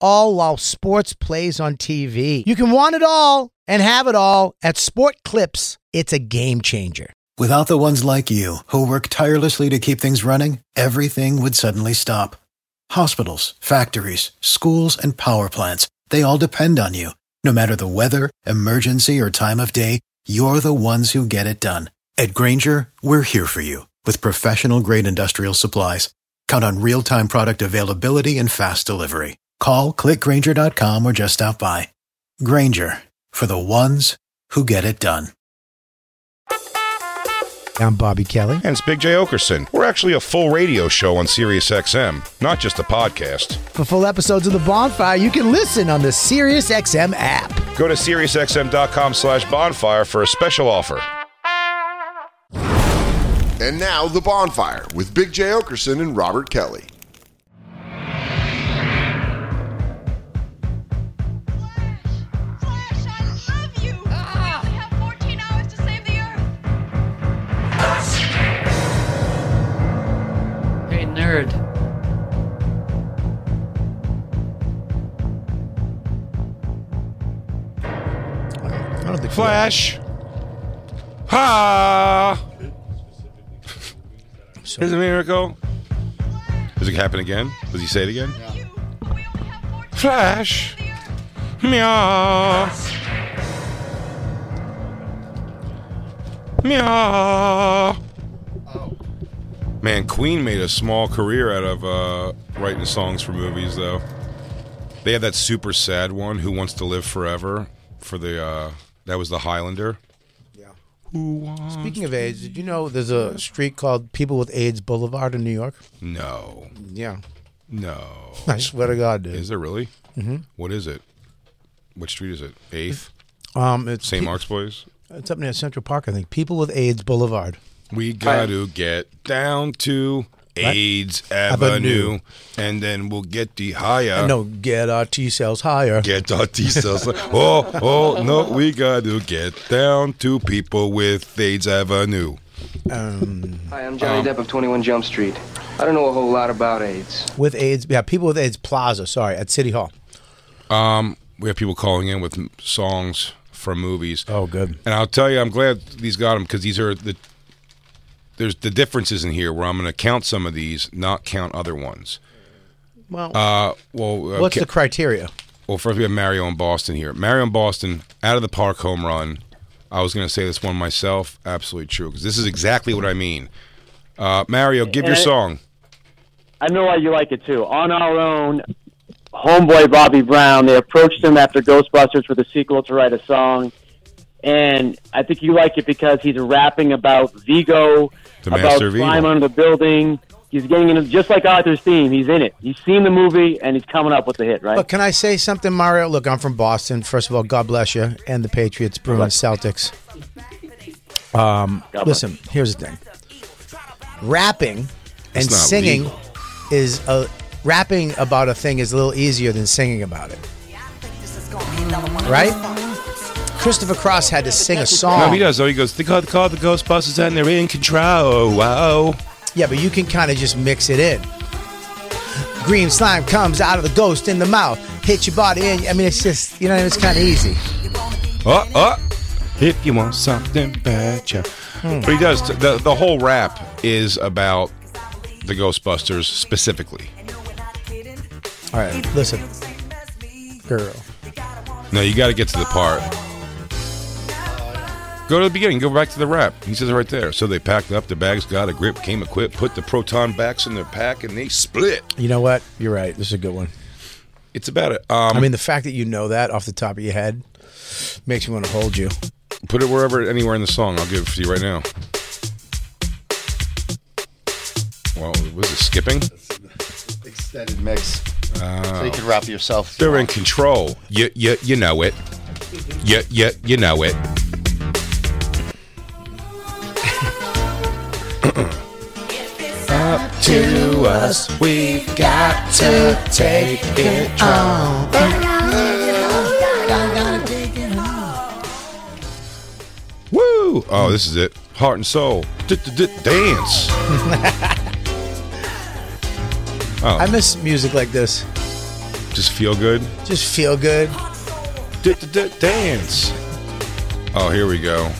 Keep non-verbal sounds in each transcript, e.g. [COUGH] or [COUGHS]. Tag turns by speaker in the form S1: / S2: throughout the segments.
S1: all while sports plays on TV. You can want it all and have it all at Sport Clips. It's a game changer.
S2: Without the ones like you, who work tirelessly to keep things running, everything would suddenly stop. Hospitals, factories, schools, and power plants, they all depend on you. No matter the weather, emergency, or time of day, you're the ones who get it done. At Granger, we're here for you with professional grade industrial supplies. Count on real time product availability and fast delivery. Call clickgranger.com or just stop by. Granger for the ones who get it done.
S1: I'm Bobby Kelly.
S3: And it's Big J. Okerson. We're actually a full radio show on SiriusXM, not just a podcast.
S1: For full episodes of The Bonfire, you can listen on the SiriusXM app.
S3: Go to SiriusXM.com slash bonfire for a special offer.
S4: And now the bonfire with Big J. Okerson and Robert Kelly.
S5: Hey, nerd.
S1: I don't think
S3: Flash! Ha! Here's a miracle. Does it happen again? Does he say it again? Flash! Meow! Meow! Man, Queen made a small career out of uh, writing songs for movies, though. They had that super sad one, "Who Wants to Live Forever," for the uh, that was the Highlander.
S6: Speaking of AIDS, did you know there's a street called People with AIDS Boulevard in New York?
S3: No,
S6: Yeah.
S3: no,
S6: I swear to God, dude.
S3: is there really? Mm-hmm. is it? What street is it? Eighth,
S6: Um, it's
S3: St.
S6: pe-
S3: Mark's Place.
S6: It's up near Central Park, I think. People with AIDS Boulevard.
S3: We got to get down to AIDS Avenue,
S6: Avenue.
S3: and then we'll get the higher.
S6: I know. Get our T cells higher.
S3: Get our T cells. [LAUGHS] oh, oh, no, we got to get down to people with AIDS Avenue.
S7: Hi, I'm Johnny Depp of 21 Jump Street. I don't know a whole lot about AIDS.
S6: with AIDS. Yeah, People with AIDS Plaza. Sorry, at City Hall.
S3: We have people calling in with m- songs from movies.
S6: Oh, good.
S3: And I'll tell you, I'm glad these got them because these are the there's the differences in here where I'm going to count some of these, not count other ones.
S6: Well,
S3: Uh, well, uh,
S6: what's
S3: ca-
S6: the criteria?
S3: well, first we have Mario in Boston here. Mario in Boston, out of the park home run. I was going to say this one myself. Absolutely true because this is exactly what I mean. Uh, Mario, give your
S8: And I-
S3: song.
S8: I know why you like it too. On our own, homeboy Bobby Brown, they approached him after Ghostbusters with a sequel to write a song. And I think you like it because he's rapping about Vigo,
S3: The
S8: about
S3: Master of
S8: crime
S3: Evil.
S8: under the building. He's getting in just like Arthur's theme. He's in it. He's seen the movie and he's coming up with the hit, right?
S6: Look, can I say something, Mario? Look, I'm from Boston. First of all, God bless you and the Patriots, Bruins, Celtics.
S8: God bless.
S6: Listen, here's the thing. Rapping and
S3: It's not
S6: singing
S3: legal.
S6: is a rapping about a thing is a little easier than singing about it. Right? Christopher Cross had to sing a song.
S3: No, he does. though. he goes. They call, they call the Ghostbusters and they're in control. Wow.
S6: Yeah, but you can kind of just mix it in. Green slime comes out of the ghost in the mouth, hit your body in. I mean, it's just you know, it's kind of easy.
S3: Uh, uh. If you want something better. But he does. The, the whole rap is about the Ghostbusters specifically.
S6: All right, listen, girl.
S3: No, you got to get to the part. Go to the beginning. Go back to the rap. He says it right there. So they packed up the bags, got a grip, came equipped, put the proton backs in their pack, and they split.
S6: You know what? You're right. This is a good one.
S3: It's about it. Um,
S6: I mean, the fact that you know that off the top of your head makes me want to hold you.
S3: put it wherever, anywhere in the song. I'll give it to you right now. Well, was it skipping?
S5: that it mix. So you can wrap yourself. if you
S3: Oh. They're in
S5: want.
S3: control. You you you know it. You you you know it. Up to us, we've got to take it on. Woo! Oh, this is it. Heart and soul. Dance.
S6: I miss music like this.
S3: Just feel good.
S6: Just feel good.
S3: dance. Oh, here we go.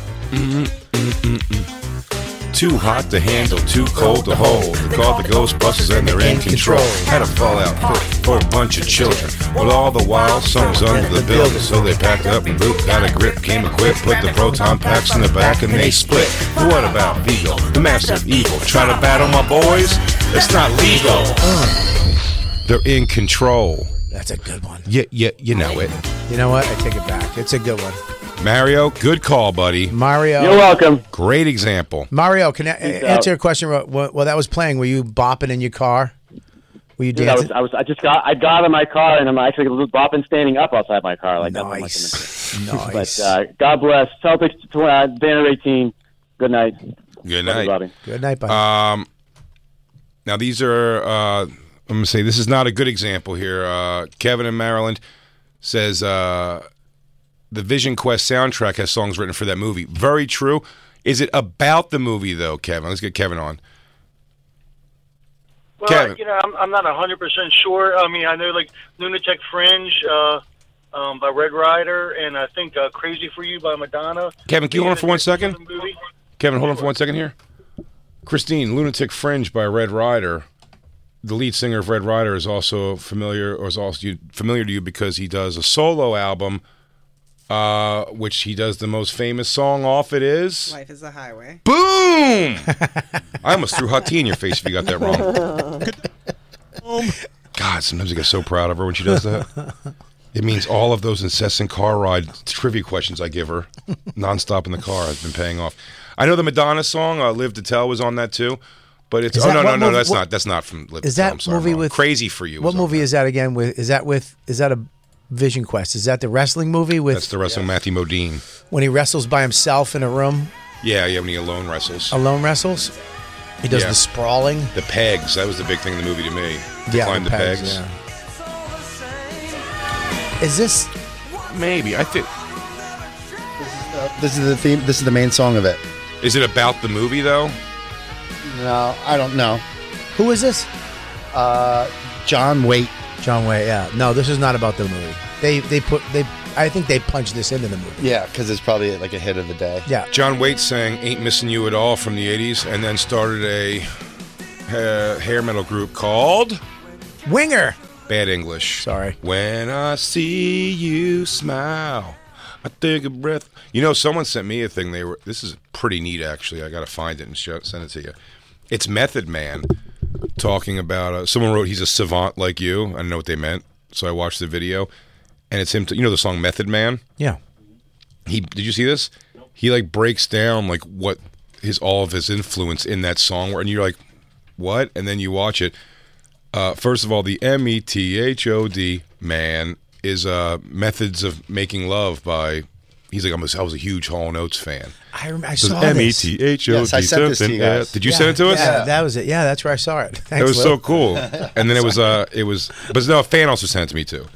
S3: Too hot to handle, too cold to hold. They call the Ghostbusters and they're in control. Had a fallout for, for a bunch of children. Well, all the while, some's under the building. So they packed up and Luke got a grip, came equipped, put the proton packs in the back and they split. But what about Vigo, the master of evil? Try to battle my boys? It's not legal. Uh. They're in control.
S6: That's a good one.
S3: Yeah, yeah, you know it.
S6: You know what? I take it back. It's a good one.
S3: Mario, good call, buddy.
S6: Mario.
S8: You're welcome.
S3: Great example.
S6: Mario, can I
S8: Peace out.
S6: answer your question? Well, Well, that was playing. Were you bopping in your car? Were you
S8: Dude, I was,
S6: dancing?
S8: I was, I just got, I got in my car and I'm actually bopping standing up outside my car like that.
S6: nice.
S8: [LAUGHS] But
S6: nice.
S8: uh, God bless Celtics, tw- uh, banner 18. Good night,
S3: Good
S8: everybody.
S6: good night, buddy.
S3: Um, now these are. Uh, I'm gonna say this is not a good example here. Uh, Kevin in Maryland says uh, the Vision Quest soundtrack has songs written for that movie. Very true. Is it about the movie though, Kevin? Let's get Kevin on.
S9: Well,
S3: Kevin.
S9: you know, I'm, I'm not 100% sure. I mean, I know, like, Lunatic Fringe uh, um, by Red Rider, and I think uh, Crazy for You by Madonna.
S3: Kevin, can you hold on for one second?
S9: Movie.
S3: Kevin, hold on for one second here. Christine, Lunatic Fringe by Red Rider. The lead singer of Red Rider is also familiar, or is also you, familiar to you because he does a solo album, uh, which he does the most famous song off. It is
S10: Life is a highway.
S3: Boom. I almost threw hot tea in your face if you got that wrong. God, sometimes I get so proud of her when she does that. It means all of those incessant car ride trivia questions I give her nonstop in the car has been paying off. I know the Madonna song uh, "Live to Tell" was on that too, but it's
S6: Is
S3: oh
S6: that-
S3: no no
S6: what
S3: no
S6: movie-
S3: that's
S6: what-
S3: not that's not from "Live
S6: is
S3: to Tell."
S6: that
S3: I'm sorry, I'm
S6: movie
S3: wrong.
S6: with
S3: "Crazy for You"?
S6: What
S3: was on
S6: movie
S3: that.
S6: is that again? With is that with is that a Vision Quest? Is that the wrestling movie with
S3: That's the wrestling Matthew Modine.
S6: when he wrestles by himself in a room,
S3: Yeah, yeah, when he alone wrestles.
S6: alone wrestles? He does
S3: Yeah.
S6: the sprawling.
S3: The pegs. That was the big thing in the movie to me. To
S6: Yeah,
S3: climb the pegs.
S6: yeah. Is this
S3: Maybe I think.
S5: This is the theme. This is the main song of it.
S3: Is it about the movie though?
S5: No, I don't know.
S6: who is this?
S5: Uh, John, wait.
S6: John Way. Yeah. No, this is not about the movie. They they put they. I think they punched this into the movie.
S5: Yeah, because it's probably like a hit of the day.
S6: Yeah.
S3: John Waite sang "Ain't Missing You at All" from the '80s, and then started a uh, hair metal group called
S6: Winger.
S3: Bad English.
S6: Sorry.
S3: When I see you smile, I take a breath. You know, someone sent me a thing. They were. This is pretty neat, actually. I got to find it and show, send it to you. It's Method Man talking about. Uh, someone wrote he's a savant like you. I don't know what they meant, so I watched the video, and it's him. T- you know the song Method Man.
S6: Yeah.
S3: he did you see this he like breaks down like what his all of his influence in that song were and you're like what and then you watch it uh first of all the m-e-t-h-o-d man is uh methods of making love by he's like I'm a, i was a huge hall notes fan
S6: I rem- I
S3: It says
S6: saw this.
S3: m-e-t-h-o-d
S5: Yes, I sent this to you
S3: something, uh,
S5: guys.
S3: did E you send it to us
S6: Yeah, that was it. Yeah, that's where I saw it.
S3: It
S6: Thanks,
S3: was
S6: Lou.
S5: [LAUGHS]
S3: so cool, and then it was uh, it was, but no, a fan also sent it to me too.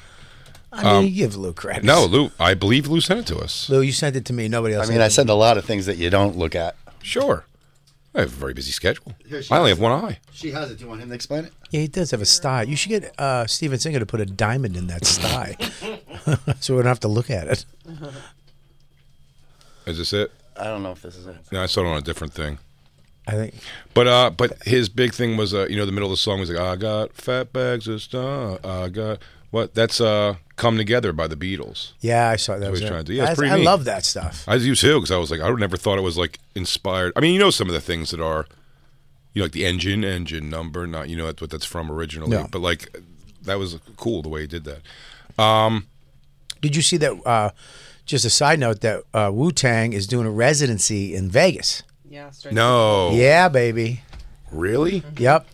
S6: I mean, you give Lou credit.
S3: um, No, Lou, I believe Lou sent it to us.
S6: Lou, you sent it to me. Nobody
S5: I
S6: else.
S5: mean,
S6: did.
S5: I send a lot of things that you don't look at.
S3: Sure, I have a very busy schedule.
S5: Here she
S3: I only
S5: is.
S3: have one eye.
S5: She has it. Do you want him to explain it?
S6: Yeah, he does have a sty. You should get uh, Steven Singer to put a diamond in that sty, [LAUGHS] so we don't have to look at it.
S3: Is this it?
S5: I don't know if this is it.
S3: No, I saw it on a different thing.
S6: I think.
S3: But uh, but his big thing was uh, you know, the middle of the song was like, I got fat bags of stuff. I got what? That's uh, come together by the Beatles.
S6: Yeah, I saw that.
S3: what
S6: Was
S3: he's
S6: it.
S3: trying to do. Yeah, it's
S6: I-
S3: pretty
S6: I,
S3: neat.
S6: love that stuff.
S3: I do too because I was like, I would never thought it was like inspired. I mean, you know, some of the things that are, you know, like the engine, engine number, not you know that's what that's from originally.
S6: No.
S3: But like, that was cool the way he did that.
S6: Did you see that? Uh, just a side note that uh, Wu Tang is doing a residency in Vegas.
S10: Yeah, straight.
S3: No,
S6: Yeah, baby.
S3: really?
S6: Yep.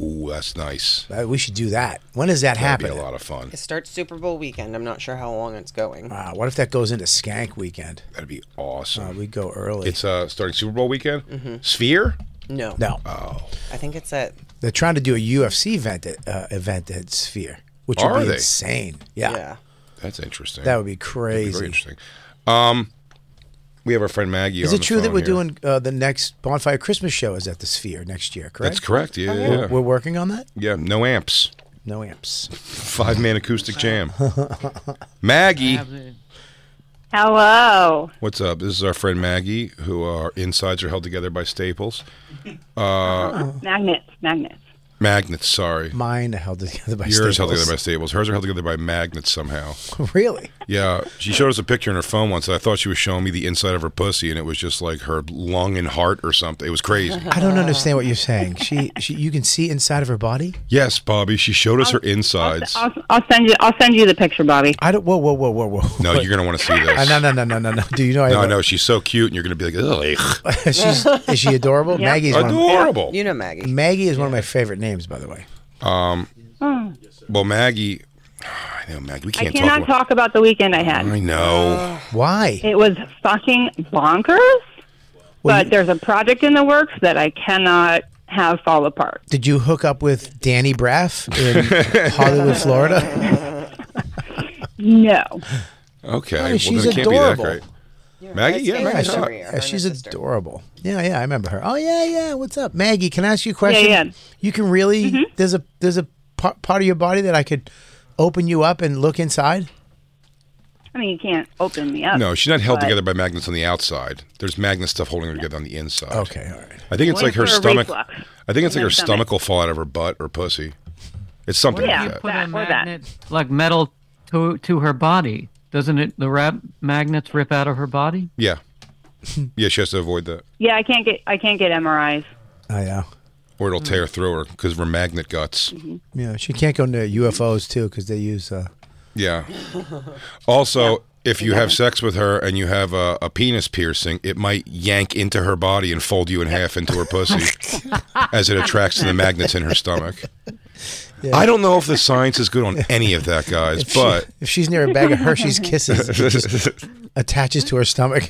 S3: Ooh, that's nice.
S6: Uh, we should do that. When does that
S3: That'd be
S6: happen?
S3: a lot of fun.
S10: It starts Super Bowl weekend. I'm not sure how long it's going.
S6: Wow, Uh, what if that goes into Skank weekend?
S3: That'd be
S6: Uh,
S10: Um,
S3: awesome.
S6: we go early.
S3: it's uh starting Super Bowl weekend.
S10: Mm-hmm.
S3: Sphere. Oh,
S10: No.
S6: no,
S3: uh,
S10: I think it's at.
S6: they're trying to do a UFC event at uh, event at Sphere, which
S3: Are
S6: would be
S3: they?
S6: insane. Yeah,
S10: Yeah.
S3: That's interesting.
S6: that would be
S3: That'd
S6: crazy.
S3: very interesting. Um, we have our friend Maggie.
S6: Is
S3: on
S6: it
S3: the
S6: true that
S3: phone
S6: we're doing
S3: here.
S6: uh, the next Bonfire Christmas show is at the Sphere next year? Correct.
S3: That's correct. Yeah, yeah, yeah.
S6: We're working on that.
S3: Yeah, No amps.
S6: No amps.
S3: Five man acoustic
S6: [LAUGHS]
S3: jam. Maggie,
S11: Hello.
S3: what's up? This is our friend Maggie, who our insides are held together by staples,
S11: Magnets, magnets.
S3: magnets. Sorry,
S6: Mine held together by
S3: yours held
S6: staples.
S3: together by staples. Hers are held together by magnets somehow.
S6: [LAUGHS] really?
S3: Yeah, she showed us a picture in her phone once. And I thought she was showing me the inside of her pussy, and it was just like her lung and heart or something. It
S6: [LAUGHS]
S3: was crazy.
S6: I don't understand what you're saying. She, she, you can see inside of her body.
S3: yes, Bobby, she showed us her insides.
S11: I'll, I'll send you. I'll send you the picture, Bobby.
S6: I don't. Whoa, whoa, whoa, whoa,
S3: [LAUGHS]
S6: whoa.
S3: No, you're gonna want to
S11: [LAUGHS]
S3: see this.
S6: Uh, no, no, no, no, no, no. Do you know? I
S3: No,
S6: have a-
S3: no, she's so cute, and you're gonna be like, ugh,
S6: She's [LAUGHS] is she adorable? Maggie's one. Of,
S3: adorable.
S10: You know Maggie.
S6: Maggie is one of my favorite names, by the way.
S3: Um, Well, Maggie, [SIGHS] I know Maggie. We
S11: I
S3: can't
S11: cannot
S3: talk. About,
S11: talk about the weekend I had.
S3: I know.
S6: Why?
S11: It was fucking bonkers.
S6: Well,
S11: but
S3: Mm-hmm.
S6: you-
S11: there's a project in the works that I cannot have fall apart.
S6: Did you hook up with Danny Braff
S3: [LAUGHS]
S6: in Hollywood, Florida?
S11: No.
S3: Okay,
S6: Oh,
S3: well,
S6: she's
S3: then it can't
S6: adorable.
S3: be that great. Maggie, yeah,
S10: Stacy's
S3: Maggie's
S10: over
S3: hot.
S10: here, her
S6: Yeah,
S10: and
S6: she's
S10: her sister.
S6: adorable. Yeah, yeah, I remember her. Oh yeah, yeah. What's up, Maggie? Can I ask you a
S3: Mm-hmm.
S6: question?
S11: yeah. Mm-hmm.
S6: You can really there's a there's a part, part of your body that I could open you up and look inside.
S11: I mean, you can't open me up.
S3: No, she's not held
S11: But-
S3: together by magnets on the outside. There's magnet stuff holding her together on the inside.
S6: Okay, all right.
S3: I think it's
S11: One
S3: like her
S11: for a
S3: stomach.
S11: reflux.
S3: I think it's like
S11: Her
S3: her
S11: stomach.
S3: stomach will fall out of her butt or pussy. It's something
S11: Yeah.
S3: like that.
S11: Put that or that.
S12: like metal to to her body. Doesn't it? The rap magnets rip out of her body.
S3: Yeah, yeah, [LAUGHS] she has to avoid that,
S11: Yeah, I can't get. I can't get MRIs.
S6: Oh yeah.
S3: or it'll tear through her because of her magnet guts.
S6: Yeah, she can't go into UFOs too because they use. Uh,
S11: [LAUGHS]
S3: Yeah. Also, if you have sex with her and you have a, a penis piercing, it might yank into her body and fold you in half into her
S11: [LAUGHS]
S3: pussy as it attracts to the magnets in her stomach. I don't know if the science is good on any of that, guys, but
S6: [LAUGHS] if she's near a bag of
S11: [LAUGHS]
S6: Hershey's Kisses, it just attaches to her stomach.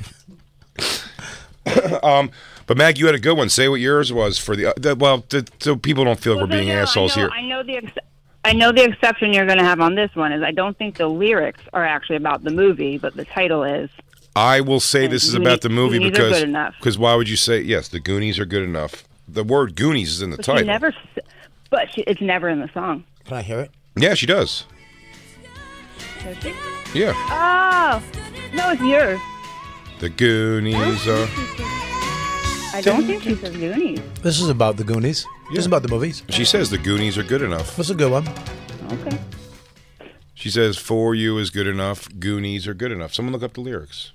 S3: but Mag, you had a good one. Say what yours was for the, uh, the well, the, so people don't feel like we're
S11: Well,
S3: being
S11: no, no,
S3: assholes
S11: I know,
S3: here.
S11: I know the. Ex- I know the exception you're going to have on this one is I don't think the lyrics are actually about the movie, but the title is.
S3: I will say this is
S11: Goonies-
S3: about the movie
S11: Goonies are
S3: because
S11: good enough.
S3: because why would you say yes? The Goonies are good enough. The word Goonies is in the
S11: But
S3: title.
S11: she never. s- But she, it's never in the song.
S6: [LAUGHS] Can I hear it?
S3: yeah, she does. Yeah.
S11: Oh no, it's yours.
S3: The Goonies are.
S11: I don't think she says Goonies.
S6: This is about the Goonies. This is about the movies.
S3: She says the Goonies are good enough.
S6: What's a good one?
S11: Okay.
S3: She says for you is good enough. Goonies are good enough. Someone look up the lyrics.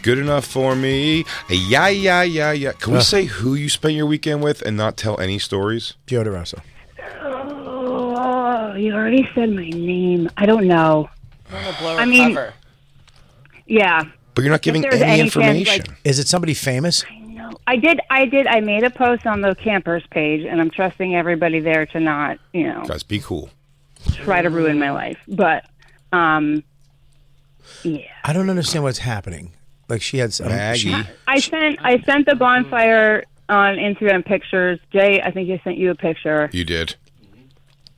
S3: Good enough for me. Yeah, yeah, yeah, yeah. Can we say who you spent your weekend with and not tell any stories?
S6: Gio DeRosso.
S11: Oh, you already said my name. I don't know.
S10: I'm gonna blow her
S11: I mean-
S10: cover.
S11: Yeah.
S3: But you're not giving
S11: there's
S3: any,
S11: any chance, like-
S3: information.
S6: Is it somebody famous?
S11: No, I did. I did. I made a post on the campers page, and I'm trusting everybody there to not, you know,
S3: Guys, be cool.
S11: try to ruin my life. But, um, yeah.
S6: I don't understand what's happening. Like she had some.
S3: Maggie.
S6: she-
S11: I sent. I sent the bonfire on Instagram pictures. Jay, I think I sent you a picture.
S3: You did.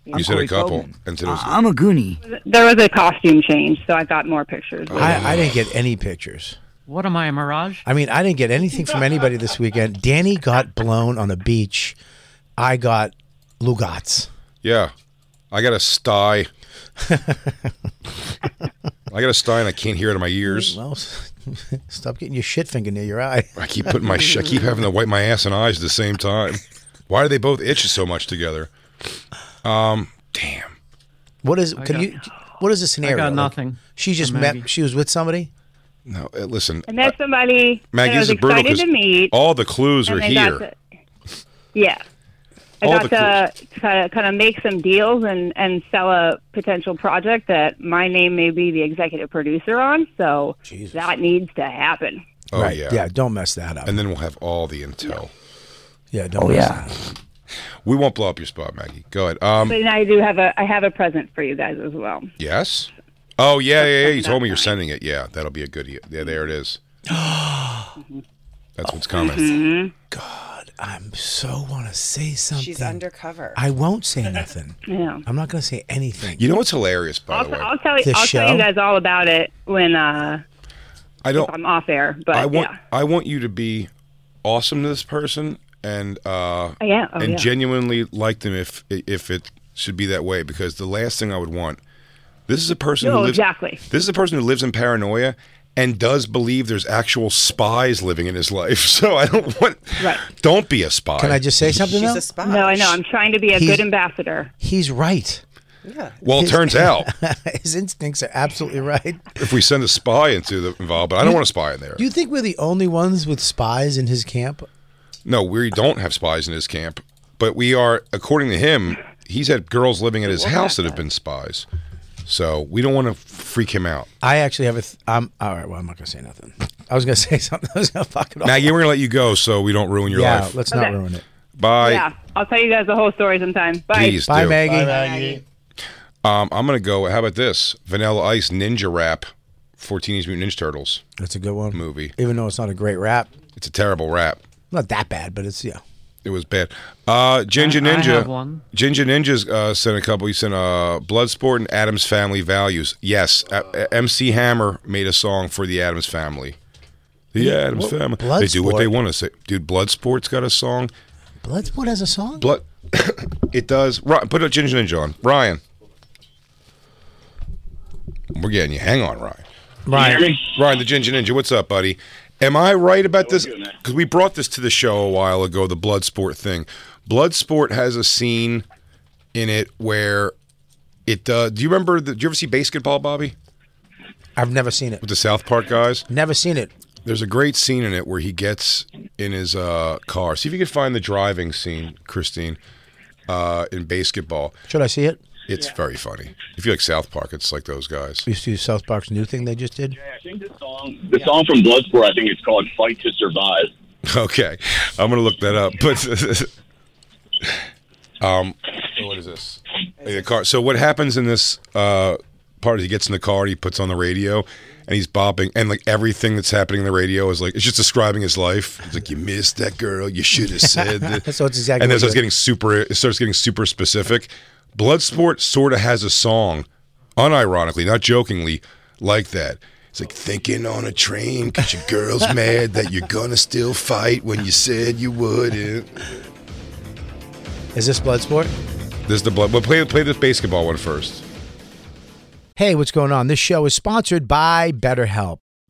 S3: You said a couple. And said it was,
S12: I'm a goonie.
S11: There was a costume change, so I got more pictures.
S6: I, I didn't get any pictures.
S12: What am I, a mirage?
S6: I mean, I didn't get anything from anybody this weekend. Danny got blown on a beach. I got Lugats.
S3: yeah. I got a sty. I got a sty and I can't hear it in my ears.
S6: Well, [LAUGHS] stop getting your shit finger near your eye.
S3: I keep putting my sh- I keep having to wipe my ass and eyes at the same time. Why do they both itch so much together? Um, damn.
S6: What is? Can you? What is the scenario? Like,
S12: nothing
S6: she just
S12: from
S6: met.
S12: Maggie.
S6: She was with somebody.
S3: No, uh, listen,
S11: And that's somebody
S3: Maggie.
S11: that I
S3: This
S11: was
S3: is brutal
S11: excited to meet.
S3: all the clues are
S11: and I got
S3: here.
S11: to- yeah. I
S3: All
S11: got to kind of, kind of make some deals and, and sell a potential project that my name may be the executive producer on. So that needs to happen.
S3: Oh
S6: right.
S3: yeah.
S6: Yeah. Don't mess that up.
S3: And then we'll have all the intel.
S6: yeah. Don't. Oh mess yeah. That up.
S3: We won't blow up your spot, Maggie. Go ahead. Um,
S11: but I do have a I have a present for you guys as well.
S3: yes. Oh yeah, yeah, yeah. You told me you're sending it. Yeah, that'll be a good. Yeah, there it is. That's what's coming.
S11: Mm-hmm.
S6: God, I'm so want to say something.
S10: She's undercover.
S6: I won't say nothing.
S11: Yeah.
S6: I'm not going to say anything.
S3: You know what's hilarious, by
S11: I'll,
S3: the way?
S11: I'll tell you
S6: The
S11: I'll tell
S6: show?
S11: you guys all about it when uh
S3: I don't.
S11: I'm off air. But
S3: I want
S11: yeah.
S3: I want you to be awesome to this person and uh
S11: Oh, yeah. Oh,
S3: and
S11: yeah.
S3: genuinely like them if if it should be that way because the last thing I would want this is a person
S11: No,
S3: who lives
S11: exactly.
S3: this is a person who lives in paranoia and does believe there's actual spies living in his life [LAUGHS] so I don't want
S11: Right.
S3: don't be a spy
S6: Can I just say something though?
S11: No, I know. I'm trying to be a
S6: He's-
S11: good ambassador.
S6: He's right. [LAUGHS]
S3: well it
S6: His- [LAUGHS]
S3: turns out
S6: his instincts are absolutely right.
S3: if we send a spy into the involved but I don't want a spy in there
S6: Do you think we're the only ones with spies in his camp?
S3: No, we don't have spies in his camp, but we are, according to him, he's had girls living at his house that have been spies. So we don't want to freak him out.
S6: I actually have a. Th- I'm all right. Well, I'm not going to say nothing. I was going to [LAUGHS] say something. I was going to fuck it off.
S3: Maggie, we're going to let you go so we don't ruin your
S6: yeah,
S3: life.
S6: let's not
S11: Okay.
S6: ruin it.
S3: Bye.
S11: yeah. I'll tell you guys the whole story sometime. Bye.
S3: Please
S6: Bye,
S3: do.
S6: Maggie.
S3: Um, I'm going to go, how about this? Vanilla Ice Ninja Rap for Teenage Mutant Ninja Turtles
S6: That's a good one.
S3: movie.
S6: Even though it's not a great rap,
S3: It's a terrible rap.
S6: not that bad, but it's yeah.
S3: It was bad. Uh, Ginger
S13: I- I
S3: Ninja.
S13: have one.
S3: Ginger Ninja's uh, sent a couple. He sent uh, Bloodsport and Adam's Family Values. Yes, uh, uh, MC Hammer made a song for the Adams Family. The Adams Family. They do what they
S6: Bloodsport?
S3: want to say. Dude, Bloodsport's got a song.
S6: Bloodsport has a song.
S3: Blood. [COUGHS] it does. Ri- Put a Ginger Ninja on. Ryan. We're getting you. Hang on, Ryan.
S6: Ryan,
S3: Ryan, the Ginger Ninja, what's up, buddy? Am I right about this? Because we brought this to the show a while ago, the Bloodsport thing. Bloodsport has a scene in it where it. Uh, do you remember? The, do you ever see Basketball, Bobby,
S6: I've never seen it.
S3: with the South Park guys?
S6: Never seen it.
S3: There's a great scene in it where he gets in his uh, car. See if you can find the driving scene, Christine, uh, in Basketball.
S6: Should I see it?
S3: It's very funny. If you like South Park, it's like those guys. [LAUGHS]
S6: You see South Park's new thing they just did.
S14: I think the song, the song from Bloodsport, I think it's called "Fight to Survive."
S3: Okay, I'm gonna look that up. But [LAUGHS] um, what is this? The car. So what happens in this uh, part is he gets in the car and he puts on the radio and he's bopping and like everything that's happening in the radio is like it's just describing his life. It's like you missed that girl. You should have said. That.
S6: So it's exactly
S3: And
S6: what
S3: then it starts
S6: you-
S3: getting super. It starts getting super specific. Bloodsport sort of has a song, unironically, not jokingly, like that. It's like thinking on a train because your girl's mad that you're gonna still fight when you said you wouldn't.
S6: Is this Bloodsport?
S3: This is the blood. Well, play play this basketball one first.
S6: Hey, what's going on? This show is sponsored by BetterHelp.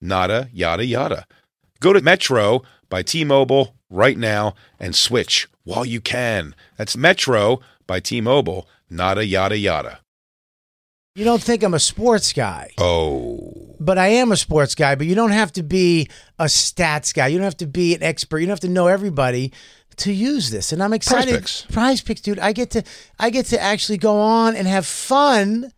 S3: nada yada yada. Go to Metro by T Mobile right now and switch while you can. That's Metro by T Mobile, nada yada yada.
S6: You don't think I'm a sports guy.
S3: Oh.
S6: But I am a sports guy, but you don't have to be a stats guy. You don't have to be an expert. You don't have to know everybody to use this. And I'm excited.
S3: Prize Picks.
S6: Prize Picks, dude. I get to I get to actually go on and have fun.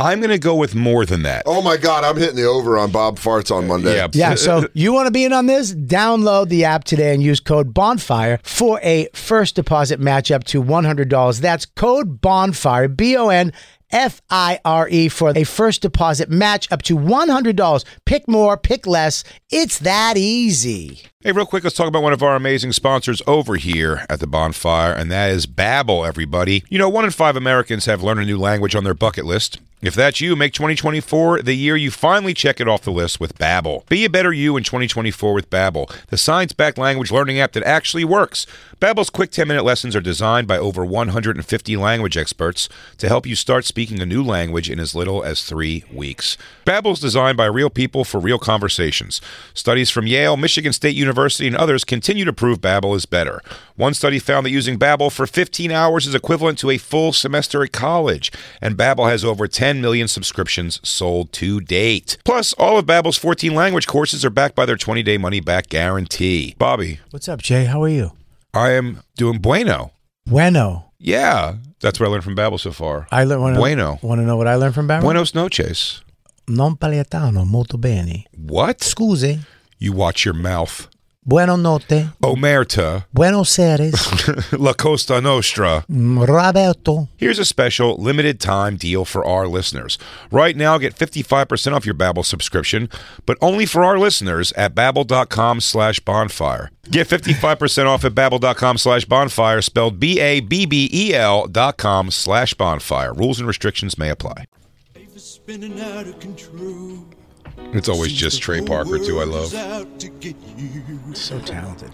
S3: I'm going to go with more than that.
S4: Oh my God, I'm hitting the over on Bob Farts on Monday.
S3: Yeah. [LAUGHS]
S6: yeah so you want to be in on this download the app today and use code bonfire for a first deposit match up to $100 that's code bonfire b-o-n F-I-R-E E, for a first deposit match up to $100. Pick more, pick less. It's that easy.
S3: Hey, real quick, let's talk about one of our amazing sponsors over here at the bonfire, and that is Babbel, everybody. You know, one in five Americans have learned a new language on their bucket list. If that's you, make 2024 the year you finally check it off the list with Babbel. Be a better you in 2024 with Babbel, the science-backed language learning app that actually works. Babbel's quick 10-minute lessons are designed by over 150 language experts to help you start speaking a new language in as little as 3 weeks. Babbel's designed by real people for real conversations. Studies from Yale, Michigan State University, and others continue to prove Babbel is better. One study found that using Babbel for 15 hours is equivalent to a full semester at college, and Babbel has over 10 million subscriptions sold to date. Plus, all of Babbel's 14 language courses are backed by their 20-day money-back guarantee. Bobby,
S6: What's up, Jay? How are you?
S3: I am doing bueno.
S6: Bueno.
S3: Yeah, that's what I learned from Babbel so far.
S6: I learned wanna-
S3: bueno.
S6: Want to know what I learned from Barry?
S3: Buenos noches.
S6: Non paletano molto bene.
S3: What?
S6: Scusi.
S3: You watch your mouth.
S6: Buenos notte.
S3: Omerta,
S6: Buenos Aires.
S3: La Costa Nostra.
S6: mm, Roberto.
S3: Here's a special limited time deal for our listeners. Right now, get 55% off your Babbel subscription, but only for our listeners at babbel.com slash bonfire. Get 55% off at babbel.com slash bonfire, spelled B-A-B-B-E-L E dot com slash bonfire. Rules and restrictions may apply. It's always just Trey Parker, too, I love.
S6: So talented.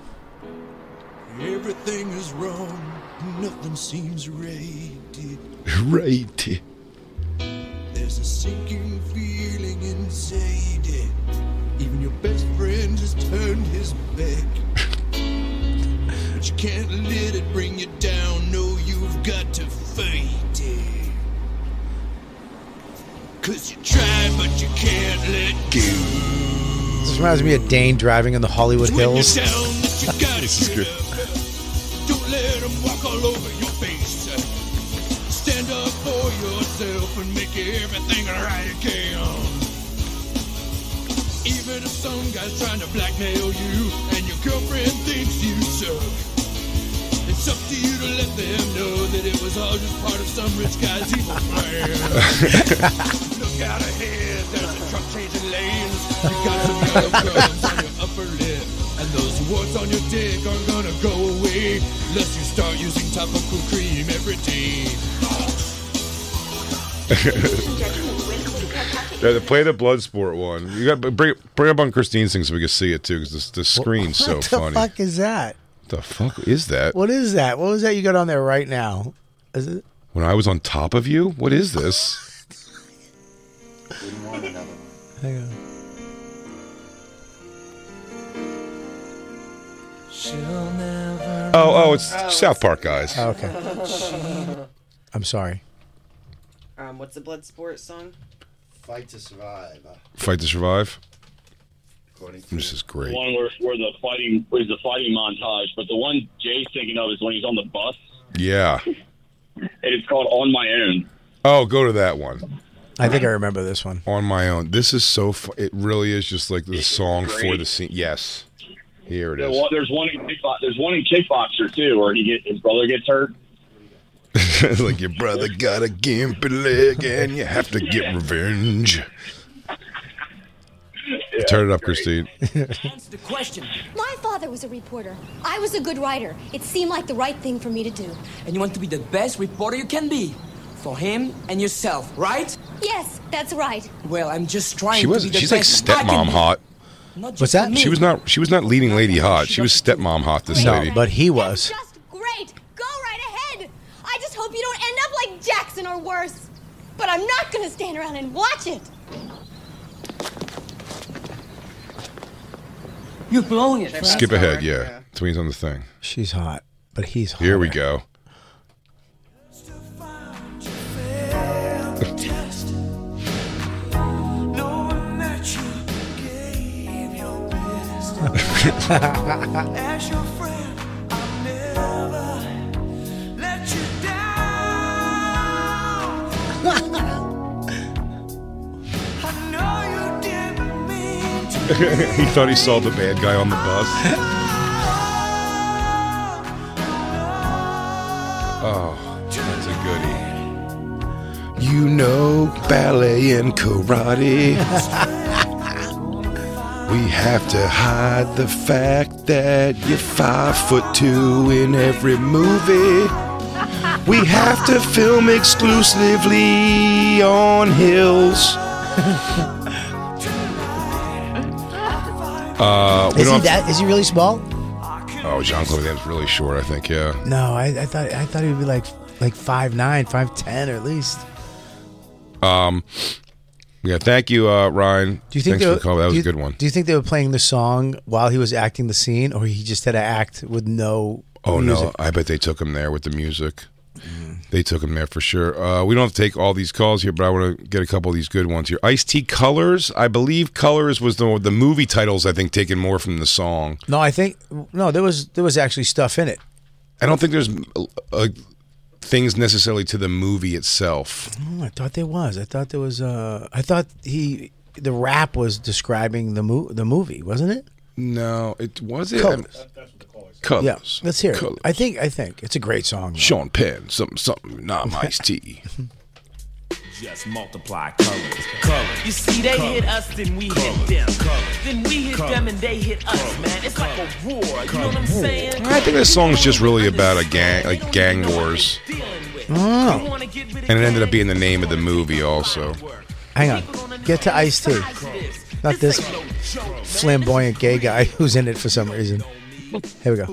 S11: Everything is wrong. Nothing seems right.
S3: Right.
S11: There's a sinking feeling inside it. Even your best friend has turned his back. but you can't let it bring you down. No, you've got to fight it. Cause you try, but you can't let
S6: This reminds me of Dane driving in the Hollywood
S11: When you're
S6: Hills.
S11: down,
S6: [LAUGHS]
S11: you gotta get up. Don't let 'em walk all over your face. Stand up for yourself and make everything right again. Even if some guy's trying to blackmail you and you girlfriend thinks you suck. It's up to you to let them know that it was all just part of some rich guy's evil plan. Look out ahead, there's a truck changing lanes. You got some yellow crumbs on your upper lip, and those warts on your dick aren't gonna go away unless you start using topical cream every day.
S3: Yeah, they play the Bloodsport one. You got bring bring up on Christine's thing so we can see it too, because this the screen's so
S6: what
S3: funny.
S6: the fuck is that?
S3: The fuck is that?
S6: What is that? What was that you got on there right now? Is it?
S3: When I was on top of you, what is this?
S6: Hang on.
S3: Oh, oh, it's South Park guys.
S6: Okay. I'm sorry.
S15: Um, what's the blood sport song? Fight to survive.
S3: Fight to survive. This is great.
S16: One where, where the fighting where's the fighting montage, but the one Jay's thinking of is when he's on the bus,
S3: Yeah.
S16: and it's called On My Own.
S3: Oh, go to that one.
S6: I think I remember this one.
S3: On my own. This is so. Fu- it really is just like the song for
S16: great.
S3: the scene. Yes. Here it
S16: There
S3: is.
S16: wa- There's one in kickbo- there's one in kickboxer too, where he get, his brother gets hurt.
S3: [LAUGHS] like your brother got a gimpy leg and you have to get revenge. Turn it up, Christine.
S17: Answer the question. My father was a reporter. I was a good writer. It seemed like the right thing for me to do.
S18: And you want to be the best reporter you can be. For him and yourself, right?
S17: Yes, that's right.
S18: Well, I'm just trying
S3: She
S18: to be
S3: was.
S18: the
S3: She's like
S18: best I can
S3: stepmom
S18: be.
S3: hot.
S18: Not just for me.
S3: She was not. She was not leading lady hot. She was stepmom hot. This
S6: No,
S3: lady.
S6: but he was.
S17: Great. Go right ahead. I just hope you don't end up like Jackson or worse. But I'm not going to stand around and watch it.
S18: You're blowing it.
S3: Skip ahead. Yeah, Tween's on the thing.
S6: She's hot, but he's hot.
S3: Here we go. [LAUGHS]
S11: test. Knowing that you gave your best. As your friend, I'll never let you down. I know you didn't mean to.
S3: he thought he saw the bad guy on the bus. oh, that's a goodie. You know ballet and karate. we have to hide the fact that you're five foot two in every movie. We have to film exclusively
S6: [LAUGHS]
S3: on hills. Uh, we
S6: Is
S3: don't
S6: he
S3: have to-
S6: that? Is he really small?
S3: Oh, Jean Claude Van Damme's really short, I think. Yeah.
S6: No, I, I thought I thought he would be like like five nine, five ten, or at least.
S3: Um. Yeah. Thank you, uh, Ryan.
S6: Do you think
S3: Thanks
S6: they
S3: for
S6: were,
S3: the call. That
S6: do
S3: was
S6: you-
S3: a good one.
S6: Do you think they were playing the song while he was acting the scene, or he just had to act with no?
S3: Oh
S6: music? Mm.
S3: no, I bet they took him there with the music. They took him there for sure. Uh, we don't have to take all these calls here, but I want to get a couple of these good ones here. Ice T Colors, I believe Colors was the the movie titles. I think taken more from the song.
S6: No, I think no. There was there was actually stuff in it.
S3: I don't think there's uh, uh, things necessarily to the movie itself.
S6: Oh, I thought there was. I thought there was. Uh, I thought he the rap was describing the mo- the movie, wasn't it?
S3: No, it was it.
S6: Colors.
S3: Colors.
S6: Yeah, let's hear it.
S3: Colors.
S6: I think I think it's a great song. though.
S3: Sean Penn, something something. Nah,
S6: [LAUGHS]
S3: Ice T.
S2: Just multiply colors. Colors.
S10: You see, they hit us, then we hit them. Then we hit them, and they hit us, man. It's like a war. You know what I'm saying?
S3: I think this song's just really about a gang, like gang wars,
S6: Oh,
S3: and it ended up being the name of the movie also.
S6: hang on. Get to Ice T. Not this flamboyant gay guy [LAUGHS] who's in it for some reason. Here we go.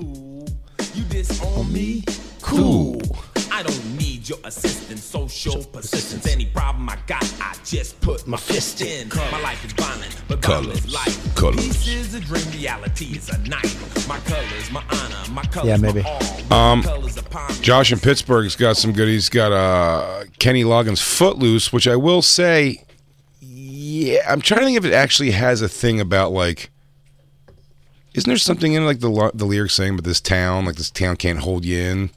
S2: You diss on me? Cool. I don't need your assistance, social persistence. Any problem I got, I just put my fist in. My life is violent, but
S3: Colors.
S2: colors, life.
S3: Colors.
S2: Peace is a dream, reality is a night. My colors, my honor, my colors,
S3: Yeah, maybe.
S2: my all.
S3: Um,
S2: colors upon me.
S3: Josh in Pittsburgh's got some good. He's got uh, Kenny Loggins' Footloose, which I will say, yeah, I'm trying to think if it actually has a thing about like, isn't there something in like the lo- the lyrics saying about this town, like this town can't hold you in,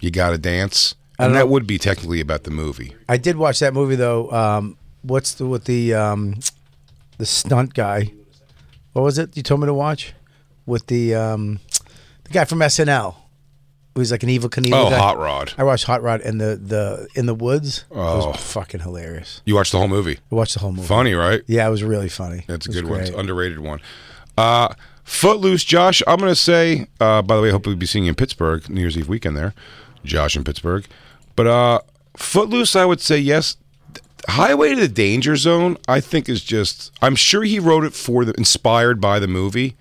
S3: you gotta dance,
S6: I don't
S3: and that
S6: know.
S3: would be technically about the movie.
S6: I did watch that movie though. Um, what's the with the um, the stunt guy? What was it you told me to watch? with the um, the guy from SNL. Who's like an evil Knievel
S3: Oh,
S6: guy.
S3: Hot Rod.
S6: I watched Hot Rod in the, the in the woods. It
S3: Oh.
S6: was fucking hilarious.
S3: You watched the whole movie.
S6: I watched the whole movie.
S3: Funny, right?
S6: Yeah, it was really funny. It
S3: That's a
S6: was
S3: good one. It's
S6: great.
S3: underrated one. Uh, Footloose, Josh. I'm going to say. Uh, by the way, I hope we'll be seeing you in Pittsburgh New Year's Eve weekend. There, Josh in Pittsburgh. But uh, Footloose, I would say yes. Highway to the Danger Zone, I think is just. I'm sure he wrote it for the inspired by the movie,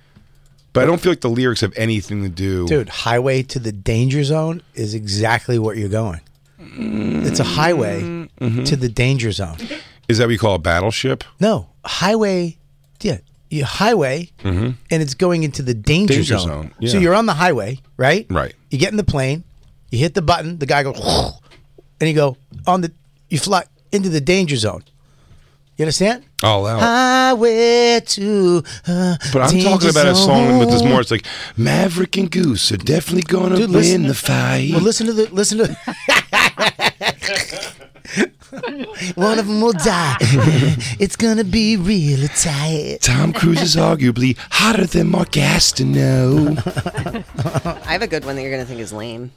S3: but I don't feel like the lyrics have anything to do.
S6: Dude, highway to the danger zone is exactly where you're going. It's a highway
S3: Mm-hmm.
S6: to the danger zone.
S3: is that what you call a battleship?
S6: No, highway. Yeah, you highway,
S3: Mhm.
S6: and it's going into the danger,
S3: Danger
S6: zone.
S3: zone, yeah.
S6: So you're on the highway, right?
S3: Right.
S6: You get in the plane, you hit the button, the guy goes, [LAUGHS] and you go on the. You fly into the danger zone. You understand?
S3: All out.
S6: Highway to. Uh,
S3: But I'm
S6: danger
S3: talking about a song with this
S6: zone.
S3: more. It's like Maverick and Goose are definitely going to
S6: Dude,
S3: win
S6: listen-
S3: the fight.
S6: Well, listen to [LAUGHS] the listen to. One of them will
S3: [LAUGHS]
S6: die. it's gonna be really tight.
S3: Tom Cruise is arguably hotter than Mark Gastineau.
S10: I have a good one that you're gonna think is lame.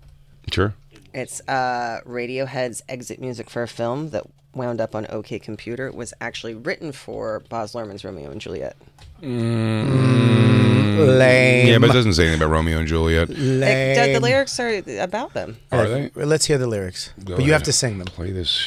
S3: [LAUGHS] sure.
S10: It's uh, Radiohead's exit music for a film that wound up on OK Computer was actually written for Boz Luhrmann's Romeo and Juliet.
S6: Lame.
S3: Mm. Yeah, but it doesn't say anything about Romeo and Juliet.
S10: It- the- the
S6: Lame.
S10: lyrics are about them.
S3: Are they?
S6: Well, Let's hear the lyrics,
S3: Go
S6: but you have
S3: ahead.
S6: to sing them.
S3: Play this.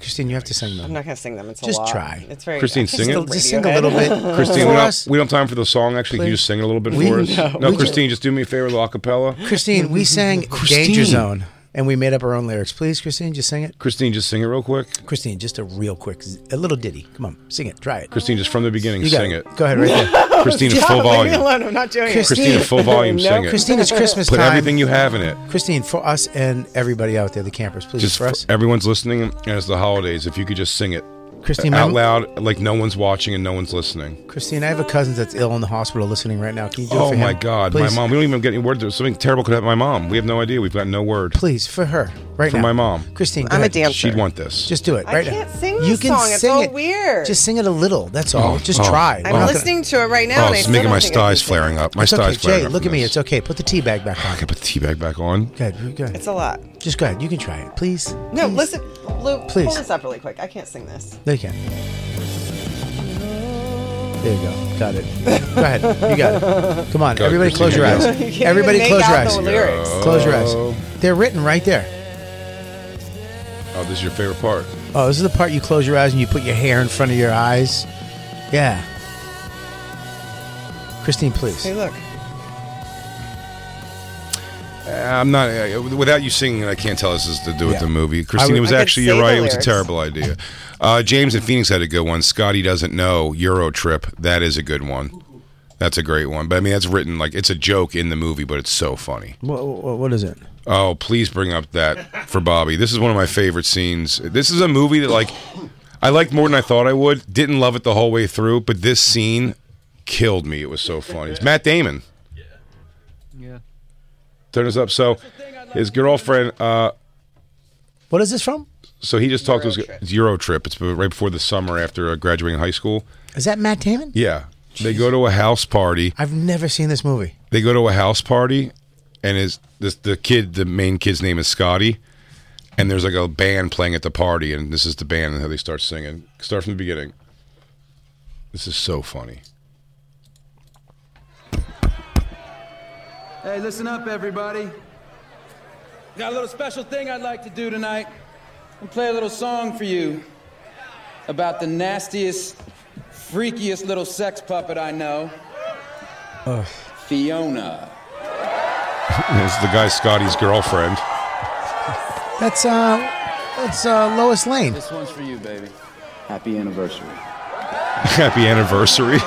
S6: Christine, you have to sing
S10: I'm
S6: them.
S10: not gonna sing them. It's a
S6: Just
S10: lot.
S6: try.
S10: It's very
S3: Christine,
S10: it's
S3: sing
S10: just
S3: it?
S6: Just sing a little
S3: [LAUGHS]
S10: [LAUGHS]
S6: bit.
S3: Christine,
S6: Uh, For
S3: we don't,
S6: us?
S3: we don't have time for the song. Actually, can you
S6: Please.
S3: sing a little bit
S6: We-
S3: for us?
S6: no.
S3: No,
S6: We
S3: Christine, just do me a favor, a little acapella.
S6: Christine, we sang
S3: Christine.
S6: Danger Zone, and we made up our own lyrics. Please, Christine, just sing it.
S3: Christine, just sing it real quick.
S6: Christine, just a real quick, z- a little ditty. Come on, sing it. Try it.
S3: Christine, just from the beginning,
S6: You got
S3: sing
S6: it.
S3: it.
S6: Go ahead, right
S3: [LAUGHS]
S6: there. [LAUGHS]
S3: Christine, at full volume.
S10: I'm not doing
S3: Christine, at full volume,
S6: No,
S3: sing it.
S6: Christine, it's Christmas
S3: Put
S6: time.
S3: everything you have in it.
S6: Christine, for us and everybody out there, the campers, please
S3: Just
S6: for us.
S3: for- everyone's listening, and it's the holidays. If you could just sing it,
S6: Christine,
S3: out
S6: my-
S3: loud, like no one's watching and no one's listening.
S6: Christine, I have a cousin that's ill in the hospital listening right now. Can you do it
S3: Oh
S6: for
S3: my
S6: him?
S3: God,
S6: Please.
S3: my mom. We don't even get any word. There's Something terrible could happen. to My mom. We have no idea. We've got no word.
S6: Please, for her, right
S3: For
S6: now.
S3: my mom.
S6: Christine, go
S10: I'm a
S6: ahead.
S10: dancer.
S3: She'd want this.
S6: Just do it
S10: I
S6: right
S10: can't
S6: now.
S10: sing
S6: you
S10: this
S6: can
S10: song. It's
S6: sing
S10: all
S6: it.
S10: weird.
S6: Just sing it a little. That's all.
S3: Oh,
S6: Just
S3: oh,
S6: try.
S10: I'm
S6: We're not gonna-
S10: listening to it right now.
S3: oh,
S10: and I
S3: it's
S10: still
S3: making
S10: don't
S3: my
S10: think I can
S3: styes
S10: sing it.
S3: flaring up. My
S6: It's okay,
S3: styes flaring
S6: Jay.
S3: up.
S6: Look
S3: from
S6: at me.
S3: this.
S6: It's okay. Put the tea bag back
S3: I
S6: on.
S3: can put the tea bag back on.
S6: Good. Good.
S10: It's a lot.
S6: Just go ahead. You can try it, please.
S10: No, listen, Lou.
S6: Please.
S10: Pull this up really quick. I can't sing this. [LAUGHS]
S6: No, you can. There you go. Got it. Go ahead. You got it. Come on.
S3: Go,
S6: Everybody,
S3: Christine,
S6: close your
S3: you
S6: eyes.
S3: go.
S10: You can't
S6: Everybody,
S10: even make
S6: close your
S10: out
S6: eyes.
S10: the lyrics.
S6: Close your eyes. They're written right there.
S3: Oh, this is your favorite part.
S6: Oh, this is the part you close your eyes and you put your hair in front of your eyes. Yeah. Christine, please.
S10: Hey, look.
S3: Uh, I'm not. Uh, without you singing, it, I can't tell this is to do with
S6: Yeah.
S3: the movie.
S6: I
S3: Christine,
S6: would-
S3: it was
S10: I could
S3: actually
S10: say
S3: you're
S10: the
S3: right. It was a
S10: lyrics.
S3: terrible idea. Uh, James and Phoenix had a good one. Scotty doesn't know Euro trip. That is a good one. That's a great one. But I mean, that's written like it's a joke in the movie, but it's so funny.
S6: What, what, what is it?
S3: Oh, please bring up that for Bobby. This is one of my favorite scenes. This is a movie that like I liked more than I thought I would. Didn't love it the whole way through, but this scene killed me. It was so funny. It's Matt Damon.
S12: Yeah.
S3: Turn this up. So his girlfriend. Uh,
S6: What is this from?
S3: so he just talked to his it's Euro trip. It's right before the summer after uh, graduating high school.
S6: Is that Matt Damon?
S3: Yeah, they go to a house party.
S6: I've never seen this movie.
S3: they go to a house party and is this the kid the main kid's name is Scotty and there's like a band playing at the party and this is the band and how they start singing start from the beginning this is so funny
S19: Hey, listen up, everybody. Got a little special thing I'd like to do tonight. I'll play a little song for you about the nastiest, freakiest little sex puppet I know,
S6: Ugh.
S19: Fiona.
S3: this is the guy Scotty's girlfriend [LAUGHS]
S6: That's uh, that's uh, Lois Lane.
S19: This one's for you, baby. Happy anniversary.
S3: happy anniversary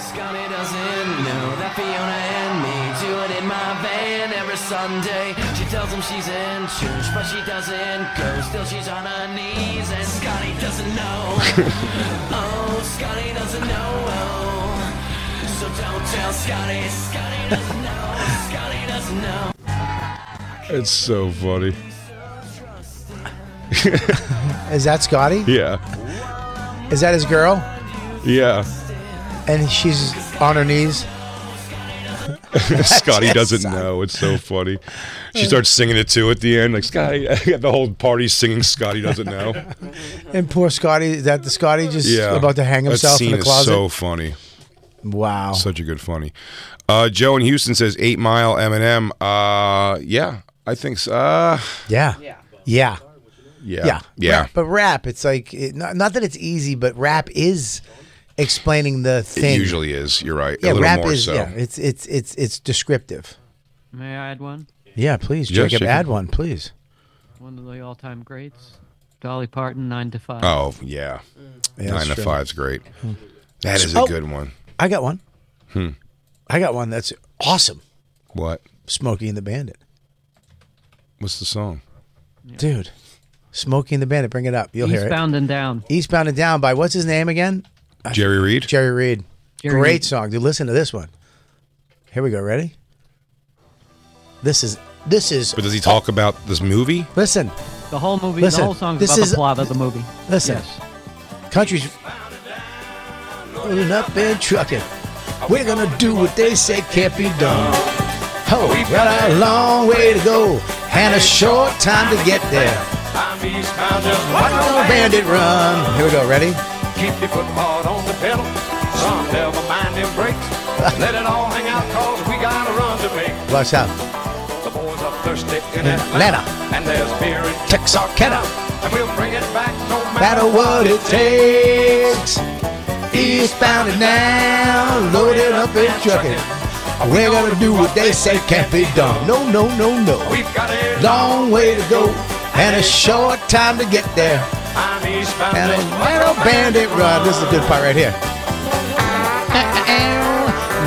S20: Scotty doesn't know that Fiona and me do it in my van every Sunday. She tells him she's in church, but she doesn't go. Still, she's on her knees, and Scotty doesn't know.
S6: [LAUGHS]
S20: oh, Scotty doesn't know. So don't tell Scotty. Scotty doesn't know. Scotty doesn't know.
S3: it's so funny
S6: Is that Scotty?
S3: yeah
S6: Is that his girl?
S3: Yeah. [LAUGHS]
S6: And she's on her knees.
S3: Scotty doesn't know. It's so funny. She starts singing it too at the end. Like Scotty, [LAUGHS] the whole party singing. Scotty doesn't know.
S6: And poor Scotty, is that the Scotty just
S3: Yeah,
S6: [LAUGHS] about to hang himself
S3: that scene
S6: in the closet?
S3: Is so funny.
S6: Wow,
S3: such a good funny. Uh, Joe in Houston says Eight Mile Eminem. Uh, yeah, I think so. Uh,
S6: yeah. Yeah. Yeah.
S3: yeah, yeah, yeah.
S6: Rap- but rap, it's like it, not, not that it's easy, but rap is explaining the thing.
S3: It usually is. You're right. a
S6: yeah,
S3: little
S6: rap
S3: more
S6: is.
S3: so.
S6: Yeah, it's it's it's it's descriptive.
S12: May I add one?
S6: Yeah, please,
S3: Yes,
S6: Jacob,
S3: you can-
S6: add one, please.
S12: One of the all-time greats, Dolly Parton, Nine to Five.
S3: Oh yeah,
S6: Yeah, that's
S3: nine to
S6: true. Hmm.
S3: five's great. That is a
S6: Oh.
S3: good one.
S6: I got one.
S3: Hmm.
S6: I got one that's awesome.
S3: What?
S6: Smokey and the Bandit,
S3: What's the song?
S6: dude. Smokey and the Bandit, bring it up. You'll hear it.
S12: Eastbound and Down.
S6: Eastbound and Down by what's his name again?
S3: Jerry Reed.
S6: Jerry Reed.
S12: Jerry
S6: Great
S12: Reed.
S6: song, dude. Listen to this one. Here we go. Ready? This is this is.
S3: But does he talk about this movie?
S6: Listen,
S12: The whole movie,
S6: Listen,
S12: the whole song's
S6: this
S12: about
S6: is-
S12: the plot of the movie.
S6: listen.
S12: Yes.
S6: Country's rolling up and trucking. We're gonna do what they say can't be done. Ho, we got a long way to go and a short time to get there.
S20: I'm eastbound, just
S6: Watch the bandit run. Here we go. Ready?
S20: Keep your foot hard on the pedal. Some never mind them brakes. Let it all hang out, cause we got a run to make.
S6: Watch out.
S20: The boys are thirsty in
S6: Atlanta.
S20: Atlanta. And there's beer in
S6: Texarkana.
S20: And we'll bring it back no
S6: Matter what it takes. Eastbound and now, loaded up and trucking. We're gonna do what they say can't be done. No, no, no, no.
S20: We've got it.
S6: Long way to go and a short time to get there.
S20: I'm eastbound.
S6: And a
S20: just like
S6: narrow
S20: a
S6: bandit run. This is a good part right here.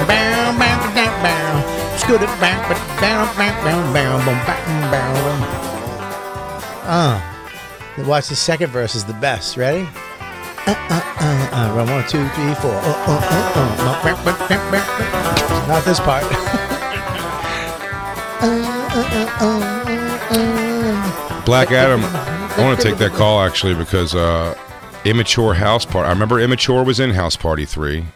S6: Bow, bow, bow, bow. Scoot it back, but bow, bow, bow, bow, boom, bow, bow, boom. Uh, watch the second verse is the best. Ready? Uh, uh, uh, uh, run one, two, three, four. Uh, uh, uh, uh, bow, bow, bow, bow, bow. Not this part.
S3: Black Adam. I want to take that call actually because uh, immature house party. I remember immature was in House Party three.
S6: Who's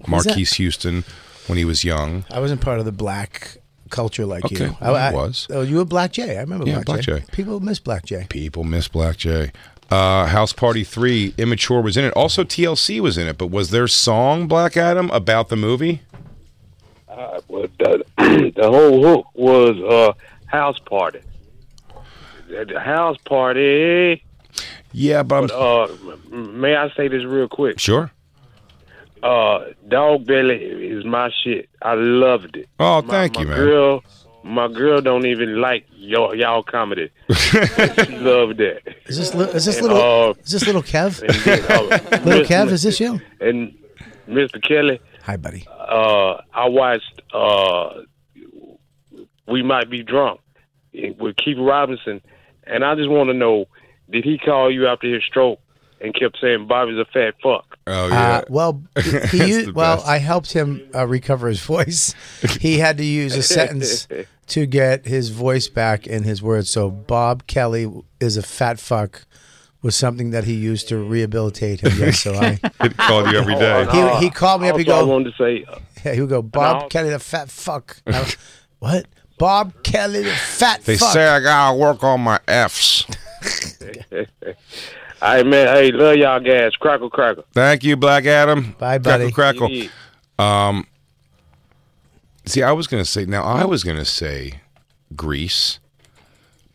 S6: that?
S3: Marquise Houston when he was young.
S6: I wasn't part of the black culture like
S3: Okay,
S6: you. I,
S3: I was.
S6: Oh, you were Black Jay. I remember
S3: Yeah,
S6: Black,
S3: Black
S6: Jay.
S3: Jay.
S6: People miss Black Jay.
S3: People miss Black Jay. Uh, House Party 3, Immature was in it. Also, TLC was in it, but was their song Black Adam about the movie?
S21: Uh, but the, the [CLEARS THROAT] whole hook was uh, house party. The house party.
S3: Yeah, but,
S21: uh, m- may I say this real quick?
S3: Sure.
S21: Uh, Dog Belly is my shit. I loved it.
S3: Oh,
S21: My-
S3: thank
S21: my
S3: you, man.
S21: Girl, my girl don't even like y'all, y'all
S3: [LAUGHS]
S21: comedy. she loved that.
S6: Is this li- is this
S21: And,
S6: little
S21: uh,
S6: is this little Kev?
S21: and then, uh,
S6: [LAUGHS]
S21: Mr.
S6: little Kev, is this you?
S21: And Mr. Kelly.
S6: Hi, buddy.
S21: Uh, I watched uh, We Might Be Drunk with Keith Robinson, and I just want to know did he call you after his stroke and kept saying Bobby's a fat fuck?
S3: Oh,
S6: Uh, well, he
S21: That's
S6: u-
S21: the
S6: well,
S21: best.
S6: I helped him uh, recover his voice. He had to use a sentence to get his voice back in his words. So Bob Kelly is a fat fuck was something that he used to rehabilitate him. Yes, so I
S3: It called
S6: [LAUGHS]
S3: you every day.
S6: Oh, He, he called me up. He
S21: Also, I
S6: go.
S21: Uh, wanted to say,
S6: Yeah, he would go.
S21: I al-
S6: Bob Kelly, the fat fuck. I was, what? Bob Kelly, the fat
S3: They
S6: fuck.
S3: say I gotta work on my F's.
S21: all right, man, hey, love y'all guys. Crackle, crackle.
S3: Thank you, Black Adam.
S6: Bye, buddy.
S3: Crackle,
S21: Yeah.
S3: crackle. Um, see, I was gonna say. Now, I was gonna say Grease,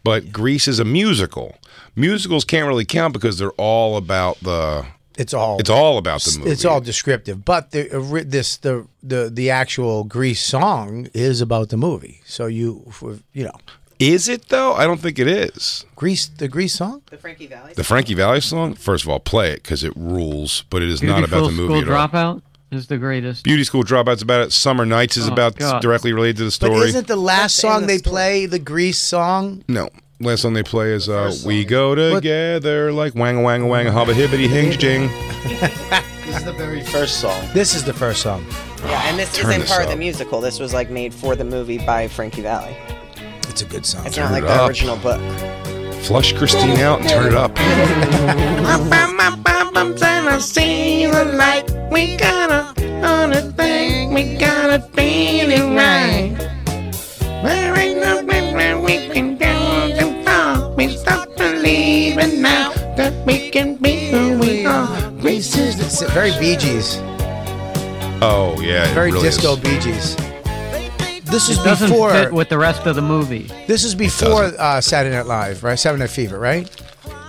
S3: but Grease is a musical. Musicals can't really count because they're all about the.
S6: It's all.
S3: It's all about the movie.
S6: It's all descriptive, but the ori- this the the the actual Grease song is about the movie. So you for- you know
S3: Is it though? I don't think it is.
S6: Grease the Grease song.
S10: The Frankie Valley.
S3: The Frankie Valley song. First of all, play it because it rules. But it is not about
S12: Beautiful
S3: the movie at
S12: School
S3: all.
S12: Dropout is the greatest.
S3: Beauty School Dropout's about it. Summer Nights is
S12: Oh,
S3: about
S12: God.
S3: directly related to the story.
S6: But isn't the last song they play the Grease song?
S3: No. Last song they play is uh, "We Go Together" like wang wang wang hobba hibbity hing jing.
S5: This is the very first song.
S6: This is the first song.
S10: Yeah, and this
S3: turn
S10: isn't
S3: this
S10: part of
S3: up.
S10: the musical. This was like made for the movie by Frankie Valley.
S6: It's a good song.
S10: It's
S3: Turn
S10: not like
S3: it
S10: the
S3: up.
S10: original book.
S3: Flush Christine out and turn it up.
S20: Bum, bum, bum, bum, bum, bum,
S22: gotta see the light. We gotta own the thing. We gotta feel it right. There ain't nothing that we can do to fall. We stop believing now that we can be who we are.
S6: Reese's. It's very Bee Gees.
S3: Oh yeah, it
S6: Very
S3: really is.
S6: disco Bee Gees. This is
S12: It doesn't
S6: before
S12: fit with the rest of the movie.
S6: This is before uh, Saturday Night Live, right? Saturday Night Fever, right?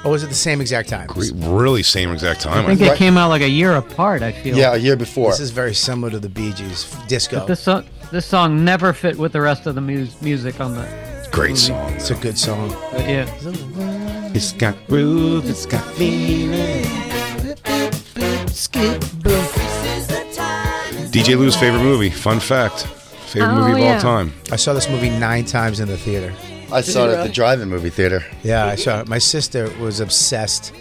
S6: Or was it the same exact time?
S3: Really, same exact time.
S12: I think it came out like a year apart. I feel.
S6: This is very similar to the Bee Gees disco.
S12: But this song, this song never fit with the rest of the mus- music on the.
S3: Great
S12: movie.
S3: song.
S6: It's a good song.
S12: Yeah.
S3: It's got groove. It's got DJ Lou's favorite movie. Fun fact. Favorite movie of all time.
S6: I saw this movie nine times in the theater.
S5: I saw it at the drive-in movie theater.
S6: Yeah, I saw it. My sister was obsessed,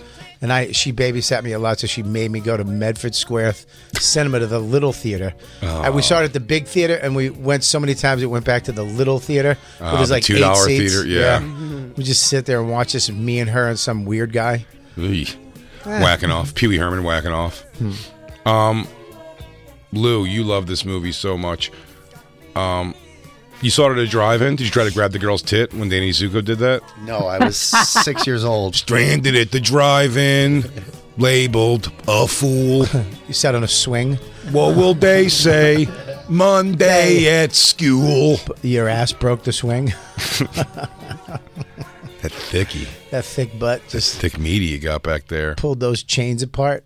S6: and I she babysat me a lot, so she made me go to Medford Square th- Cinema to the little theater. And we saw it at the big theater, and we went so many times it went back to the little theater. where
S3: Ah,
S6: there's
S3: the
S6: like eight
S3: $2
S6: seats.
S3: theater, yeah.
S6: We just sit there and watch this. Me and her and some weird guy.
S3: Eey. Whacking off. Pee Wee Herman whacking off. Um, Lou, you love this movie so much. Um, you saw it at a drive-in. Did you try to grab the girl's tit when Danny Zuko did that?
S5: No, I was six years old.
S3: [LAUGHS] Stranded at the drive-in, labeled
S5: [LAUGHS]
S3: a fool.
S6: You sat on a swing.
S3: What will they say? Monday at school.
S6: Your ass broke the swing. [LAUGHS]
S3: That thicky,
S6: that thick butt just
S3: thick meaty you got back there.
S6: pulled those chains apart.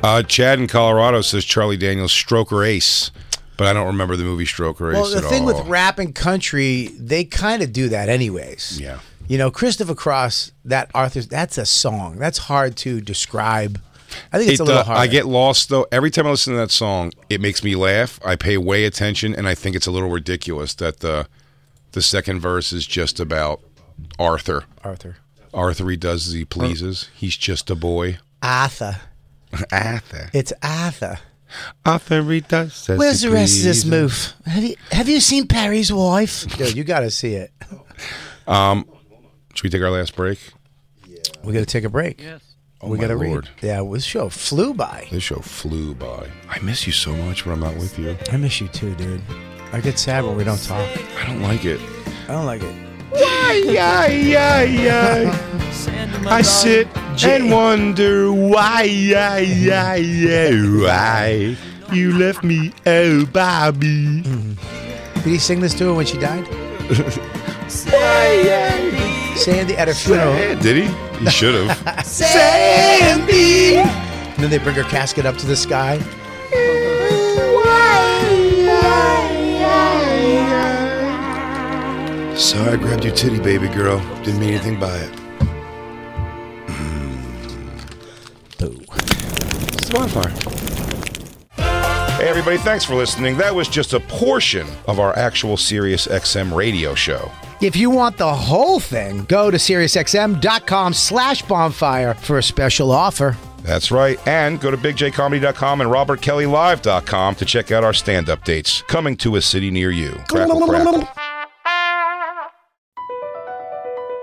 S3: Uh, Chad in Colorado says Charlie Daniels Stroker Ace, but I don't remember the movie Stroker Ace
S6: Well, the
S3: at
S6: thing
S3: all.
S6: with rap and country, they kind of do that anyways.
S3: Yeah.
S6: You know, Christopher Cross, that Arthur, that's a song. That's hard to describe. I think it's
S3: It,
S6: a little
S3: uh,
S6: hard.
S3: I get lost though. Every time I listen to that song, it makes me laugh. I pay way attention, and I think it's a little ridiculous that the the second verse is just about Arthur.
S6: Arthur.
S3: Arthur, he does as he pleases. He's just a boy.
S6: Arthur.
S3: Arthur.
S6: It's Arthur.
S3: Arthur, he does. as
S6: Where's
S3: he
S6: the rest of this
S3: pleases.
S6: move? Have you have you seen Perry's wife? Dude, you got to see it.
S3: Um, should we take our last break?
S6: We got to take a break.
S12: Yes.
S3: Oh,
S6: we
S3: my
S6: got to
S3: Lord.
S6: read. Yeah, well, this show flew by.
S3: This show flew by. I miss you so much when I'm not with you.
S6: I miss you too, dude. I get sad when we don't talk.
S3: I don't like it.
S6: I don't like it.
S3: I sit and [LAUGHS] wonder why, yeah, yeah, yeah, why you left me, oh, Bobby.
S6: Did he sing this to her when she died? Sandy at her funeral.
S3: Did he? He should have.
S6: Sandy. And then they bring her casket up to the sky.
S3: Sorry, I grabbed your titty, baby girl. Didn't mean anything by it. It's bonfire. Hey, everybody, thanks for listening. That was just a portion of our actual Sirius XM radio show.
S6: If you want the whole thing, go to SiriusXM.com slash bonfire for a special offer.
S3: That's right. And go to bigjcomedy.com and robertkellylive.com to check out our stand up dates coming to a city near you. Crackle, crackle.